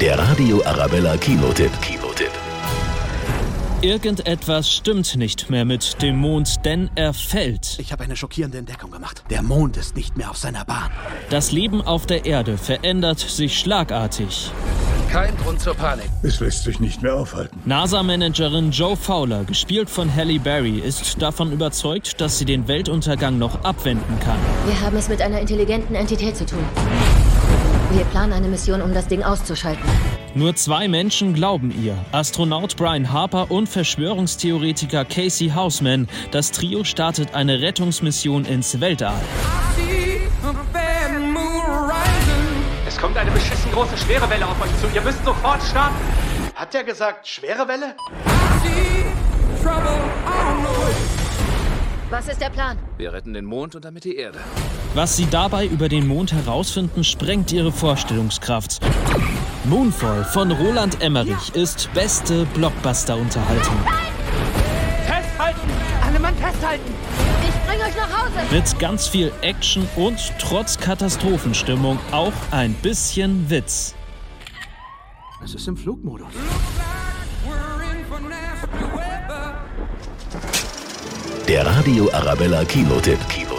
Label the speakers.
Speaker 1: Der Radio Arabella Kinotipp. Kinotipp.
Speaker 2: Irgendetwas stimmt nicht mehr mit dem Mond, denn er fällt.
Speaker 3: Ich habe eine schockierende Entdeckung gemacht. Der Mond ist nicht mehr auf seiner Bahn.
Speaker 2: Das Leben auf der Erde verändert sich schlagartig.
Speaker 4: Kein Grund zur Panik.
Speaker 5: Es lässt sich nicht mehr aufhalten.
Speaker 2: NASA-Managerin Joe Fowler, gespielt von Halle Berry, ist davon überzeugt, dass sie den Weltuntergang noch abwenden kann.
Speaker 6: Wir haben es mit einer intelligenten Entität zu tun. Wir planen eine Mission, um das Ding auszuschalten.
Speaker 2: Nur zwei Menschen glauben ihr. Astronaut Brian Harper und Verschwörungstheoretiker Casey Houseman. Das Trio startet eine Rettungsmission ins Weltall.
Speaker 7: Es kommt eine beschissen große schwere Welle auf euch zu. Ihr müsst sofort starten.
Speaker 3: Hat er gesagt, schwere Welle?
Speaker 6: Was ist der Plan?
Speaker 4: Wir retten den Mond und damit die Erde.
Speaker 2: Was sie dabei über den Mond herausfinden, sprengt ihre Vorstellungskraft. Moonfall von Roland Emmerich ist beste Blockbuster-Unterhaltung.
Speaker 7: Festhalten!
Speaker 6: Ich bringe euch nach Hause.
Speaker 2: Mit ganz viel Action und trotz Katastrophenstimmung auch ein bisschen Witz.
Speaker 3: Es ist im Flugmodus.
Speaker 1: Der Radio Arabella Kinotipp. Kinotipp.